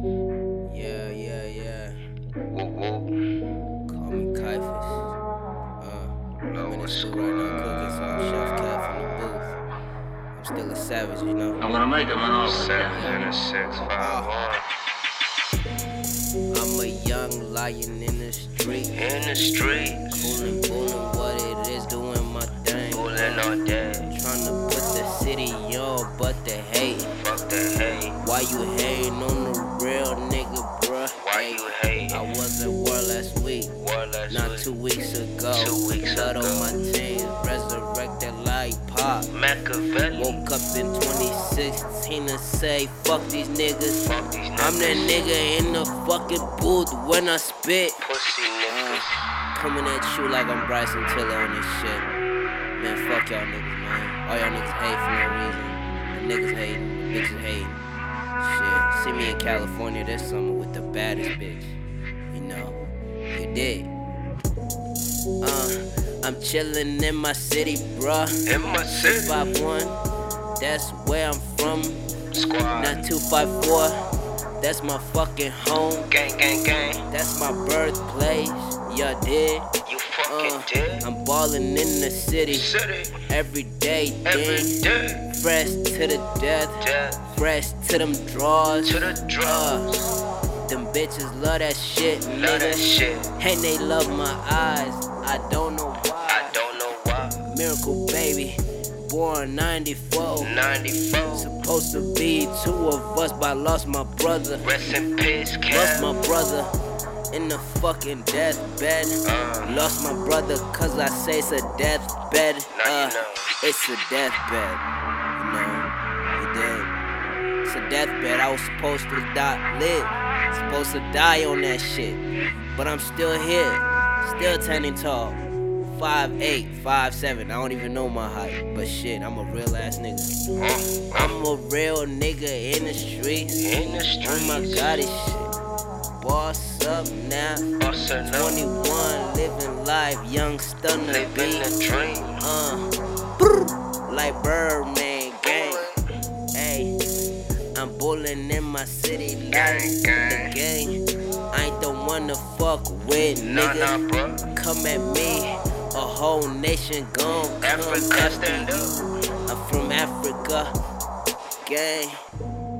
Yeah, yeah, yeah. Whoop, whoop. Call me Kaifas. Uh, I'm in the studio right now cooking, so I'm Chef Cat from the booth. I'm still a savage, you know? I'm gonna make him an offer. Seven and a six, five hard. I'm a young lion in the street. In the streets, Coolin', coolin', what it is, doing my thing. fooling all day. Tryna put the city on, but the hate. Fuck the hate. Why you hating on the real nigga, bruh? Why you hating? I was at war last week. War last Not week. two weeks ago. Two weeks Blood ago. on my jeans, resurrected like pop. Machiavelli. Woke up in 2016 and say, fuck these niggas. Fuck these niggas. I'm that nigga in the fucking booth when I spit. Pussy niggas. Coming at you like I'm Bryson Tiller on this shit. Man, fuck y'all niggas, man. All y'all niggas hate for no reason. The niggas hating, the bitches hating. Shit, see me in California this summer with the baddest bitch. You know, you dig. Uh, I'm chillin' in my city, bruh. In my city. 5'1, that's where I'm from. Squad. Not 254, that's my fucking home. Gang, gang, gang. That's my birthplace, y'all dig. You Uh, fucking dead. I'm ballin' in the city City. every day, Every dang. day. Fresh to the death, Death. fresh to them draws. To the drugs. Them bitches love that shit, Love that Uh, nigga. shit. And they love my eyes, I don't know I why. don't know why. Miracle baby, born 94. 94. Supposed to be two of us, but I lost my brother. Rest in peace, Lost Cap. my brother in the fucking deathbed. Uh. Lost my brother cause I say it's a deathbed. Now you Uh, know. It's a deathbed. You know, you did. It's a deathbed. I was supposed to die, live. Supposed to die on that shit. But I'm still here. Still turning tall. Five eight, five seven. I don't even know my height. But shit, I'm a real ass nigga. Uh, I'm a real nigga in the streets. in the streets. Oh my god, this shit. Boss up now. Bustin' up. 21, living life, young stunner Living beat. the dream. Uh, brr, like Birdman gang. Hey, I'm bowling in my city like Gang, the gang. gang. I ain't the one to fuck with, Nah, nah, nigga. bro. Come at me, a whole nation gone. Come Africa, after stand you. up. I'm from Africa, gang.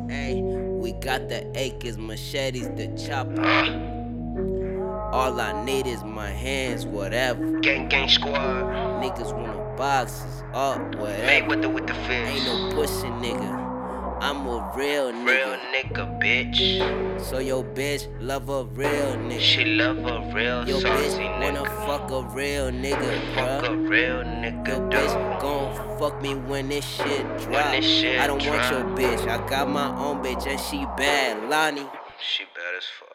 Hey, we got the acres, machetes, the chopper. Uh, All I need is my hands, whatever. gang, gang squad. Niggas wanna boxes up, whatever. Mayweather with the fish. Ain't no pussy, nigga. I'm a real real nigga. nigga, bitch. So your bitch love a real nigga. She love a real Your saucy bitch wanna nigga. fuck a real nigga, Fuck a bruh. real Your nigga, bitch dog. gon' fuck me when this shit drop. this shit I don't want drop. your bitch. I got my own bitch and she bad, Lonnie. She bad as fuck.